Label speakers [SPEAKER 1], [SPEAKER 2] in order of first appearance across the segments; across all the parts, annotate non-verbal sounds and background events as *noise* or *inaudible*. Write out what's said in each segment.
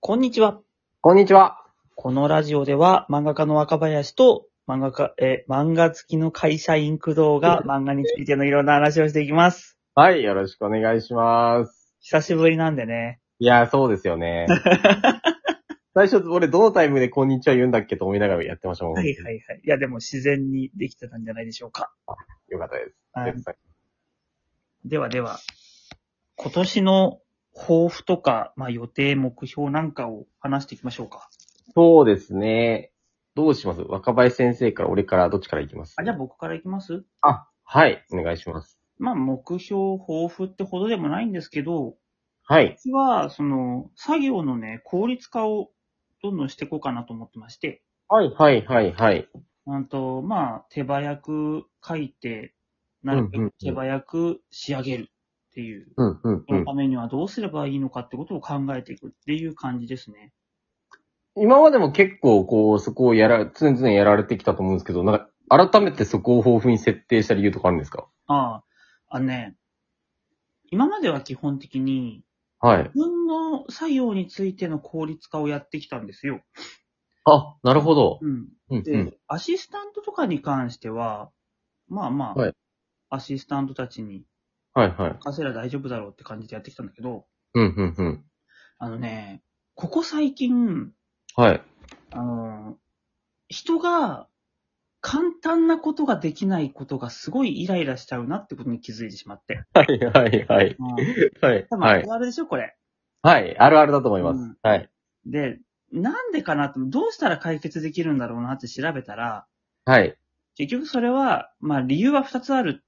[SPEAKER 1] こんにちは。
[SPEAKER 2] こんにちは。
[SPEAKER 1] このラジオでは漫画家の若林と漫画家、えー、漫画好きの会社員工藤が漫画についてのいろんな話をしていきます。
[SPEAKER 2] はい、よろしくお願いします。
[SPEAKER 1] 久しぶりなんでね。
[SPEAKER 2] いやー、そうですよね。最初、俺、どのタイムでこんにちは言うんだっけと思いながらやってましたもん。
[SPEAKER 1] はいはいはい。いやでも自然にできてたんじゃないでしょうか。
[SPEAKER 2] よかったです。
[SPEAKER 1] はい
[SPEAKER 2] 絶対
[SPEAKER 1] ではでは、今年の抱負とか、まあ予定、目標なんかを話していきましょうか。
[SPEAKER 2] そうですね。どうします若林先生から、俺から、どっちから行きます
[SPEAKER 1] あ、じゃあ僕からいきます
[SPEAKER 2] あ、はい、お願いします。
[SPEAKER 1] まあ目標、抱負ってほどでもないんですけど、
[SPEAKER 2] はい。
[SPEAKER 1] 私は、その、作業のね、効率化をどんどんしていこうかなと思ってまして、
[SPEAKER 2] はい、はい、はい、はい。
[SPEAKER 1] うんと、まあ、手早く書いて、なるべ
[SPEAKER 2] うんうんう
[SPEAKER 1] く
[SPEAKER 2] ん
[SPEAKER 1] 手早く仕上げるっていう、
[SPEAKER 2] うん、うん、
[SPEAKER 1] そうの
[SPEAKER 2] ん
[SPEAKER 1] た。めにはどうすればいいのかってことを考えていくっていう感じですね。
[SPEAKER 2] 今までも結構、こう、そこをやら、常々やられてきたと思うんですけど、なんか、改めてそこを豊富に設定した理由とかあるんですか
[SPEAKER 1] ああ、あのね、今までは基本的に、
[SPEAKER 2] はい。
[SPEAKER 1] 自分の作業についての効率化をやってきたんですよ。
[SPEAKER 2] あ、なるほど。
[SPEAKER 1] うん。
[SPEAKER 2] うん、
[SPEAKER 1] で、
[SPEAKER 2] うん。
[SPEAKER 1] アシスタントとかに関しては、まあまあ、
[SPEAKER 2] はい
[SPEAKER 1] アシスタントたちに
[SPEAKER 2] はい、はい。
[SPEAKER 1] 任せりゃ大丈夫だろうって感じでやってきたんだけど、
[SPEAKER 2] うん、うん、うん。
[SPEAKER 1] あのね、ここ最近、
[SPEAKER 2] はい。
[SPEAKER 1] あの、人が簡単なことができないことがすごいイライラしちゃうなってことに気づいてしまって。
[SPEAKER 2] *laughs* はい、はい、はい。
[SPEAKER 1] うん、
[SPEAKER 2] はい。
[SPEAKER 1] 多分
[SPEAKER 2] は
[SPEAKER 1] あ
[SPEAKER 2] い
[SPEAKER 1] る。あるでしょ、これ。
[SPEAKER 2] はい。あるあるだと思います。
[SPEAKER 1] うん
[SPEAKER 2] はい。
[SPEAKER 1] で、なんでかなって、どうしたら解決できるんだろうなって調べたら、
[SPEAKER 2] はい。
[SPEAKER 1] 結局それは、まあ理由は二つある。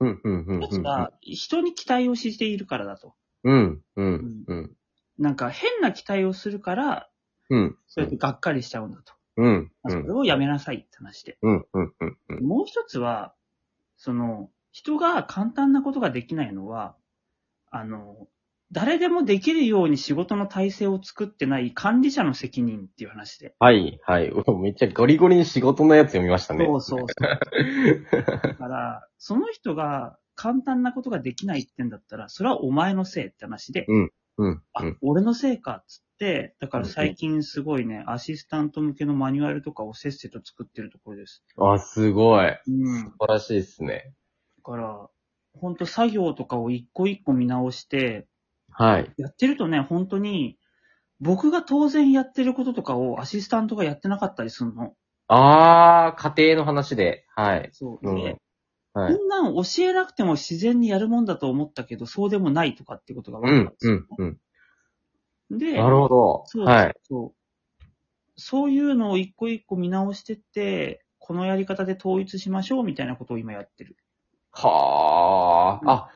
[SPEAKER 2] うん、うん、うん。
[SPEAKER 1] 一つが、人に期待をしているからだと。
[SPEAKER 2] うん、うん、うん。
[SPEAKER 1] なんか変な期待をするから、
[SPEAKER 2] うん。
[SPEAKER 1] そうやってがっかりしちゃうんだと。
[SPEAKER 2] うん。
[SPEAKER 1] まあ
[SPEAKER 2] う
[SPEAKER 1] そ
[SPEAKER 2] ん
[SPEAKER 1] れ。をやめなさいって話で。
[SPEAKER 2] うん、うん、うん。
[SPEAKER 1] もう一つは、その、人が簡単なことができないのは、あの、誰でもできるように仕事の体制を作ってない管理者の責任っていう話で。
[SPEAKER 2] はい、はい。めっちゃゴリゴリに仕事のやつ読みましたね。
[SPEAKER 1] そうそうそう。だから、その人が簡単なことができないってんだったら、それはお前のせいって話で、
[SPEAKER 2] うん。
[SPEAKER 1] あ
[SPEAKER 2] うん。、
[SPEAKER 1] 俺のせいかっつって、だから
[SPEAKER 2] うんうん
[SPEAKER 1] 最近すごいね、アシスタント向けのマニュアルとかをせっせと作ってるところです。
[SPEAKER 2] あ、すごい。
[SPEAKER 1] う
[SPEAKER 2] 素
[SPEAKER 1] ん。
[SPEAKER 2] 晴らしいですね。
[SPEAKER 1] だから、ほんと作業とかを一個一個見直して、
[SPEAKER 2] はい。
[SPEAKER 1] やってるとね、本当に、僕が当然やってることとかをアシスタントがやってなかったりするの。
[SPEAKER 2] あー、家庭の話で。はい。
[SPEAKER 1] そう。
[SPEAKER 2] うん
[SPEAKER 1] で、
[SPEAKER 2] は
[SPEAKER 1] こ
[SPEAKER 2] い。
[SPEAKER 1] んなん教えなくても自然にやるもんだと思ったけど、そうでもないとかってことが
[SPEAKER 2] う
[SPEAKER 1] 分か
[SPEAKER 2] ん
[SPEAKER 1] っ、た
[SPEAKER 2] うんん、うん。
[SPEAKER 1] ですよ。で、
[SPEAKER 2] なるほど
[SPEAKER 1] そ。うそう
[SPEAKER 2] はい。
[SPEAKER 1] そう。そういうのを一個一個見直してって、このやり方で統一しましょうみたいなことを今やってる。
[SPEAKER 2] はあ。あ、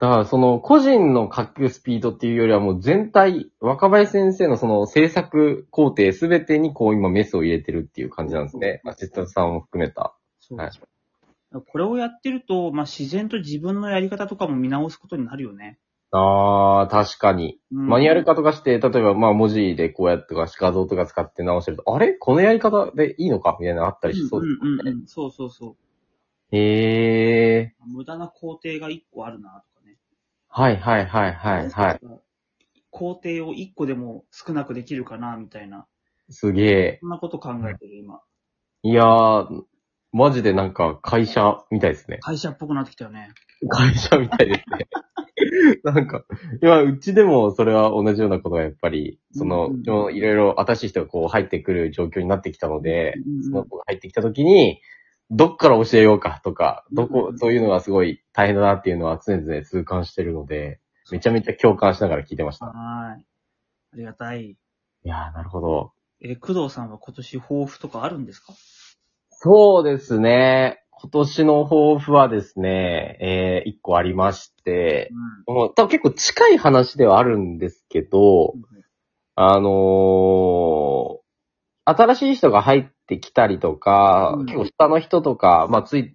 [SPEAKER 2] だからその個人の書くスピードっていうよりはもう全体、若林先生のその制作工程すべてにこう今メスを入れてるっていう感じなんですね。アシスタントさんも含めた。
[SPEAKER 1] そう
[SPEAKER 2] はい
[SPEAKER 1] これをやってると、まあ、自然と自分のやり方とかも見直すことになるよね。
[SPEAKER 2] ああ、確かに。
[SPEAKER 1] うん
[SPEAKER 2] マニュアル化とかして、例えばまあ文字でこうやってとか画像とか使って直してると、あれこのやり方でいいのかみたいなのあったりしそう
[SPEAKER 1] う
[SPEAKER 2] で
[SPEAKER 1] ん
[SPEAKER 2] す。
[SPEAKER 1] うんうんうん。そうそうそう。
[SPEAKER 2] へえ。
[SPEAKER 1] 無駄な工程が一個あるなとかね。
[SPEAKER 2] はいはいはいはいはい。。
[SPEAKER 1] 工程を一個でも少なくできるかな、みたいな。
[SPEAKER 2] すげえ。
[SPEAKER 1] そんなこと考えてる、今。
[SPEAKER 2] いやー、マジでなんか会社みたいですね。
[SPEAKER 1] 会社っぽくなってきたよね。
[SPEAKER 2] 会社みたいですね。 *laughs* なんか、今、うちでもそれは同じようなことがやっぱり、その、
[SPEAKER 1] うんうん
[SPEAKER 2] でもいろいろ新しい人がこう入ってくる状況になってきたので、
[SPEAKER 1] うんうん
[SPEAKER 2] その子が入ってきた時に、どっから教えようかとか、ど
[SPEAKER 1] うんう
[SPEAKER 2] こ、
[SPEAKER 1] ん
[SPEAKER 2] そういうのがすごい大変だなっていうのは常々痛感してるので、めちゃめちゃ共感しながら聞いてました。
[SPEAKER 1] はーい。ありがたい。
[SPEAKER 2] いやー、なるほど。
[SPEAKER 1] えー、工藤さんは今年抱負とかあるんですか
[SPEAKER 2] そうですね。今年の抱負はですね、えー、一個ありまして、
[SPEAKER 1] う
[SPEAKER 2] もう多分結構近い話ではあるんですけど、
[SPEAKER 1] ん。
[SPEAKER 2] あのー新しい人が入ってきたりとか、
[SPEAKER 1] うん
[SPEAKER 2] 結構下の人とか、まあ、つい、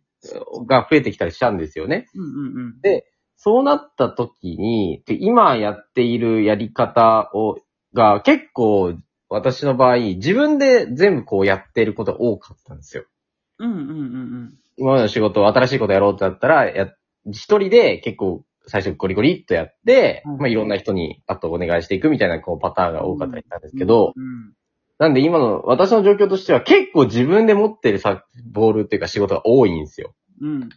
[SPEAKER 2] が増えてきたりしたんですよね。
[SPEAKER 1] うんうんうん。
[SPEAKER 2] でそうなった時に、で今やっているやり方を、が結構私の場合、自分で全部こうやってることが多かったんですよ。
[SPEAKER 1] うんうんうんうん。
[SPEAKER 2] 今までの仕事、新しいことやろうってなったら、や、一人で結構最初ゴリゴリっとやって、
[SPEAKER 1] うん
[SPEAKER 2] まあいろんな人に後お願いしていくみたいなこうパターンが多かったりしたんですけど、
[SPEAKER 1] うん。
[SPEAKER 2] なんで今の私の状況としては結構自分で持ってるさ、ボールっていうか仕事が多いんですよ。
[SPEAKER 1] うん。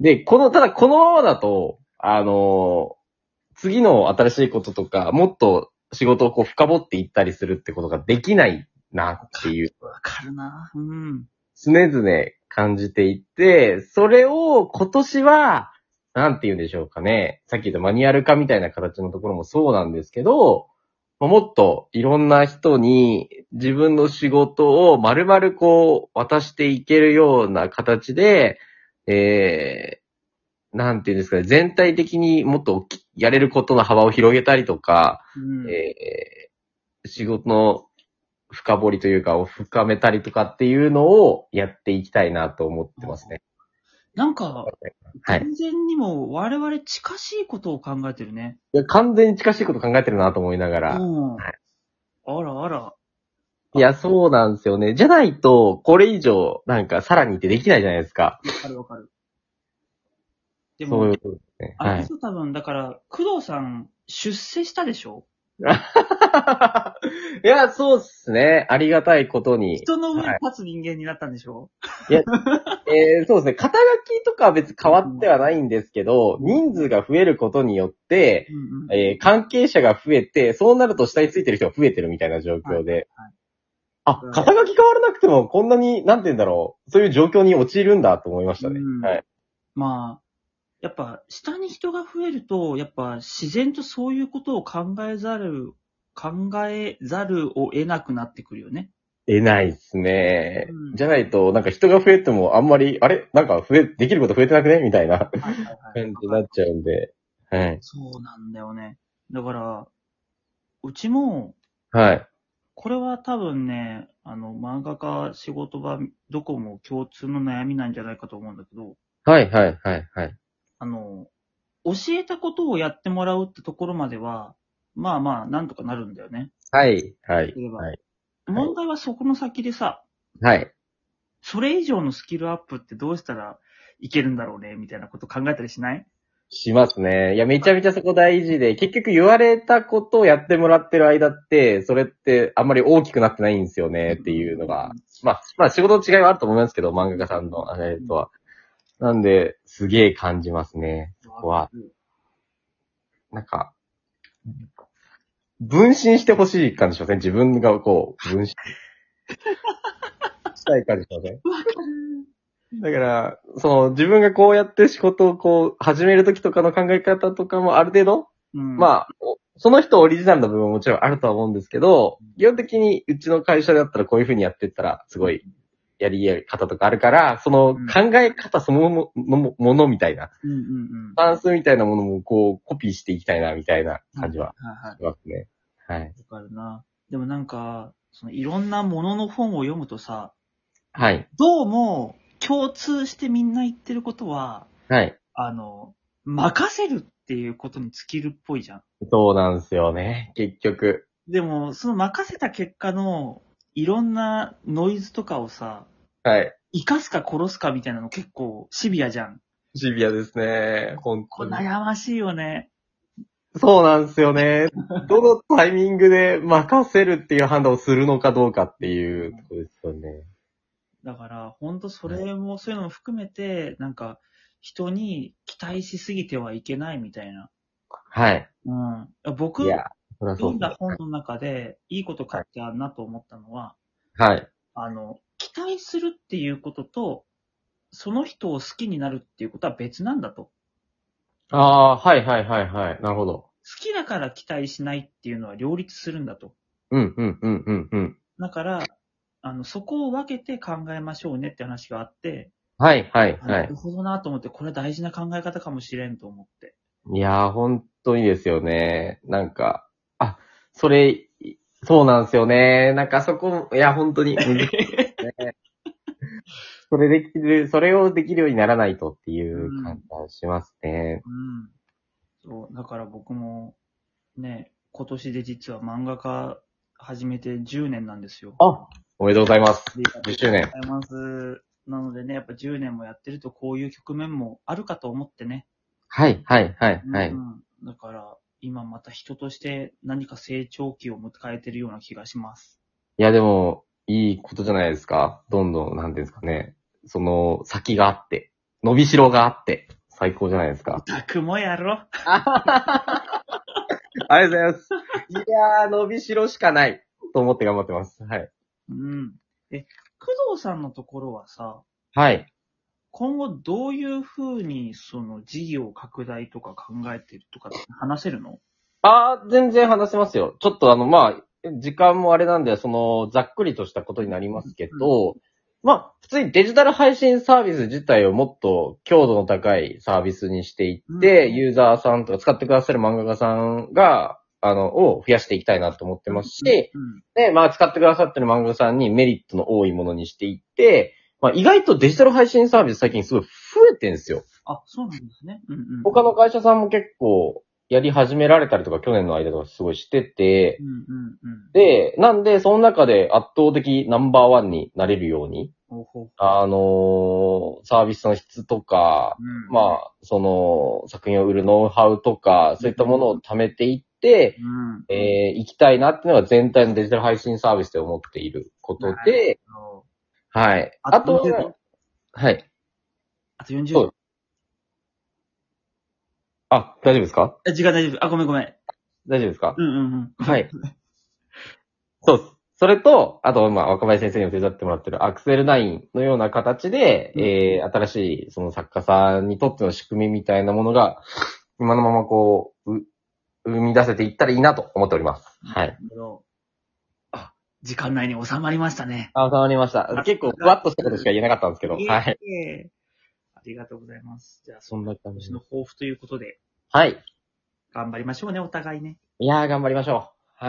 [SPEAKER 2] で、この、ただこのままだと、あのー次の新しいこととか、もっと仕事をこう深掘っていったりするってことができないなっていう、
[SPEAKER 1] わかるな。うん。
[SPEAKER 2] 常々感じていて、それを今年は、なんて言うんでしょうかね。さっき言ったマニュアル化みたいな形のところもそうなんですけど、まあもっといろんな人に自分の仕事を丸々こう渡していけるような形で、えー、なんていうんですかね、全体的にもっと大きやれることの幅を広げたりとか、
[SPEAKER 1] うん。
[SPEAKER 2] えー、仕事の深掘りというかを深めたりとかっていうのをやっていきたいなと思ってますね。
[SPEAKER 1] なんか、
[SPEAKER 2] はい。
[SPEAKER 1] 完全にも我々近しいことを考えてるね。
[SPEAKER 2] いや完全に近しいこと考えてるなと思いながら、
[SPEAKER 1] うん。
[SPEAKER 2] はい
[SPEAKER 1] あらあら。
[SPEAKER 2] いや、そうなんですよね。じゃないと、これ以上、なんか、さらにってできないじゃないですか。
[SPEAKER 1] わかるわかる。で
[SPEAKER 2] そうい
[SPEAKER 1] も
[SPEAKER 2] う、ことですね。
[SPEAKER 1] あ
[SPEAKER 2] は
[SPEAKER 1] れで
[SPEAKER 2] い *laughs*
[SPEAKER 1] し。ょ多分、だから、工藤さん、出世したでしょ
[SPEAKER 2] いや、そうっすね。ありがたいことに。
[SPEAKER 1] 人の上に立つ人間になったんでしょ、
[SPEAKER 2] えーそうですね。肩書きとかは別に変わってはないんですけど、人数が増えることによって、
[SPEAKER 1] うんうん。
[SPEAKER 2] えー関係者が増えて、そうなると下についてる人が増えてるみたいな状況で。あ、肩書き変わらなくても、こんなに、なんて言うんだろう。そういう状況に陥るんだと思いましたね。
[SPEAKER 1] うん
[SPEAKER 2] はい。
[SPEAKER 1] まあ、やっぱ、下に人が増えると、やっぱ、自然とそういうことを考えざる、考えざるを得なくなってくるよね。
[SPEAKER 2] 出ないっすね。
[SPEAKER 1] うん
[SPEAKER 2] じゃないと、なんか人が増えてもあんまり、あれなんか増え、できること増えてなくねみたいな
[SPEAKER 1] はい
[SPEAKER 2] *laughs*
[SPEAKER 1] はい
[SPEAKER 2] 感じになっちゃうんで。はい。
[SPEAKER 1] そうなんだよね。だから、うちも、
[SPEAKER 2] はい。
[SPEAKER 1] これは多分ね、あの、漫画家仕事場、どこも共通の悩みなんじゃないかと思うんだけど、
[SPEAKER 2] はい、はい、はい、はい。
[SPEAKER 1] あの、教えたことをやってもらうってところまでは、まあまあ、なんとかなるんだよね。
[SPEAKER 2] はい、はい
[SPEAKER 1] 言え。ば
[SPEAKER 2] はい。
[SPEAKER 1] 問題はそこの先でさ、
[SPEAKER 2] はい。
[SPEAKER 1] それ以上のスキルアップってどうしたらいけるんだろうね、みたいなこと考えたりしない
[SPEAKER 2] しますね。いや、めちゃめちゃそこ大事で、結局言われたことをやってもらってる間って、それってあんまり大きくなってないんですよね、っていうのが。まあ、まあ仕事の違いはあると思いますけど、漫画家さんの、あれとは。なんで、すげえ感じますね。そこは。なんか、分身してほしい感じしません自分がこう、分身。したい感じしませんだから、その、自分がこうやって仕事をこう、始めるときとかの考え方とかもある程度、
[SPEAKER 1] うん、あ、
[SPEAKER 2] まあ、おその人オリジナルの部分ももちろんあるとは思うんですけど、基本的にうちの会社だったらこういう風にやってったら、すごい、やりやり方とかあるから、その考え方そのものもものみたいな、
[SPEAKER 1] うんうんうん。
[SPEAKER 2] バランスみたいなものもこう、コピーしていきたいな、みたいな感じ
[SPEAKER 1] は
[SPEAKER 2] は
[SPEAKER 1] いはい。
[SPEAKER 2] しますね。はい。
[SPEAKER 1] わかるな。でもなんか、そのいろんなものの本を読むとさ、
[SPEAKER 2] はい。
[SPEAKER 1] どうも共通してみんな言ってることは、
[SPEAKER 2] はい。
[SPEAKER 1] あの、任せるっていうことに尽きるっぽいじゃん。
[SPEAKER 2] そうなんですよね。結局。
[SPEAKER 1] でも、その任せた結果のいろんなノイズとかをさ、
[SPEAKER 2] はい。
[SPEAKER 1] 生かすか殺すかみたいなの結構シビアじゃん。
[SPEAKER 2] シビアですね。本
[SPEAKER 1] こ
[SPEAKER 2] 当
[SPEAKER 1] う
[SPEAKER 2] に。
[SPEAKER 1] 悩ましいよね。
[SPEAKER 2] そうなんですよね。どのタイミングで任せるっていう判断をするのかどうかっていうところですよね。
[SPEAKER 1] だから、ほんとそれも、そういうのも含めて、なんか、人に期待しすぎてはいけないみたいな。
[SPEAKER 2] はい。
[SPEAKER 1] うん。僕
[SPEAKER 2] いや、そりゃそう
[SPEAKER 1] 読ん
[SPEAKER 2] で
[SPEAKER 1] だ
[SPEAKER 2] す
[SPEAKER 1] 本の中で、いいこと書いてあるなと思ったのは、
[SPEAKER 2] はい。
[SPEAKER 1] あの、期待するっていうことと、その人を好きになるっていうことは別なんだと。好
[SPEAKER 2] ああ、はいはいはいはい。なるほど。
[SPEAKER 1] きだから期待しないっていうのは両立するんだと。
[SPEAKER 2] うんうんうんうんうん。
[SPEAKER 1] だから、あの、そこを分けて考えましょうねって話があって、
[SPEAKER 2] はいはいは
[SPEAKER 1] ないる。ほどなと思って、これ大事な考え方かもしれんと思って。
[SPEAKER 2] いやー、本当にですよね。なんか、あ、それ、いそうなんですよね。なんかそこ、いや、本当に。うんね
[SPEAKER 1] *laughs*
[SPEAKER 2] それできる、それをできるようにならないとっていう感じがしますね。
[SPEAKER 1] うん。そう、だから僕も、ね、今年で実は漫画家始めて10年なんですよ。
[SPEAKER 2] あおめでとうございます。
[SPEAKER 1] ありがとう
[SPEAKER 2] 10周年。
[SPEAKER 1] ございます。なのでね、やっぱ10年もやってるとこういう局面もあるかと思ってね。
[SPEAKER 2] はい、はい、はい、は
[SPEAKER 1] う
[SPEAKER 2] い。
[SPEAKER 1] んだから、今また人として何か成長期を迎えてるような気がします。
[SPEAKER 2] いや、でも、いいことじゃないですか。どんどん、なんていうんですかね。その、先があって、伸びしろがあって、最高じゃないですか。
[SPEAKER 1] たくもやろ。
[SPEAKER 2] ありがとうございます。いやー、伸びしろしかない。と思って頑張ってます。はい。
[SPEAKER 1] うん。え、工藤さんのところはさ、
[SPEAKER 2] はい。
[SPEAKER 1] 今後どういうふうにその事業拡大とか考えてるとかって話せるの
[SPEAKER 2] あー、全然話せますよ。ちょっとあの、まあ、時間もあれなんで、その、ざっくりとしたことになりますけど、まあ、普通にデジタル配信サービス自体をもっと強度の高いサービスにしていって、
[SPEAKER 1] うん
[SPEAKER 2] ユーザーさんとか使ってくださる漫画家さんが、あの、を増やしていきたいなと思ってますし、
[SPEAKER 1] うん
[SPEAKER 2] で、まあ、使ってくださってる漫画家さんにメリットの多いものにしていって、まあ、意外とデジタル配信サービス最近すごい増えてんですよ。
[SPEAKER 1] あ、そうなんですね。うんうん。
[SPEAKER 2] 他の会社さんも結構やり始められたりとか、去年の間とかすごいしてて
[SPEAKER 1] う、んうんうん。
[SPEAKER 2] で、なんで、その中で圧倒的ナンバーワンになれるように、
[SPEAKER 1] ほうほう
[SPEAKER 2] あのーサービスの質とか、
[SPEAKER 1] うん、
[SPEAKER 2] まあ、その、作品を売るノウハウとか、そういったものを貯めていって、
[SPEAKER 1] うん。
[SPEAKER 2] えー、行きたいなっていうのが全体のデジタル配信サービスで思っていることで、
[SPEAKER 1] あの
[SPEAKER 2] はい。
[SPEAKER 1] あ
[SPEAKER 2] あと
[SPEAKER 1] 40
[SPEAKER 2] は、はい。
[SPEAKER 1] あと40
[SPEAKER 2] そう
[SPEAKER 1] 秒
[SPEAKER 2] で。あ、大丈夫ですか
[SPEAKER 1] え時間大丈夫。あ、ごめんごめん。
[SPEAKER 2] 大丈夫ですか
[SPEAKER 1] うんうんうん。
[SPEAKER 2] *laughs* はい。そうです。それと、あと、まあ、若林先生にも手伝ってもらってるアクセルナインのような形で、
[SPEAKER 1] うん
[SPEAKER 2] えー、新しい、その作家さんにとっての仕組みみたいなものが、今のままこう、う生み出せていったらいいなと思っております。はい。。
[SPEAKER 1] あ、時間内に収まりましたね。
[SPEAKER 2] あ、わりました。結構、ふわっとしたことしか言えなかったんですけど、はい。
[SPEAKER 1] いえいえ。ありがとうございます。じゃあ、そ
[SPEAKER 2] そ
[SPEAKER 1] の
[SPEAKER 2] んな感
[SPEAKER 1] 今
[SPEAKER 2] じ
[SPEAKER 1] 年の。抱負ということで、
[SPEAKER 2] はい。
[SPEAKER 1] 頑張りましょうね、お互いね。
[SPEAKER 2] いやー、頑張りましょう。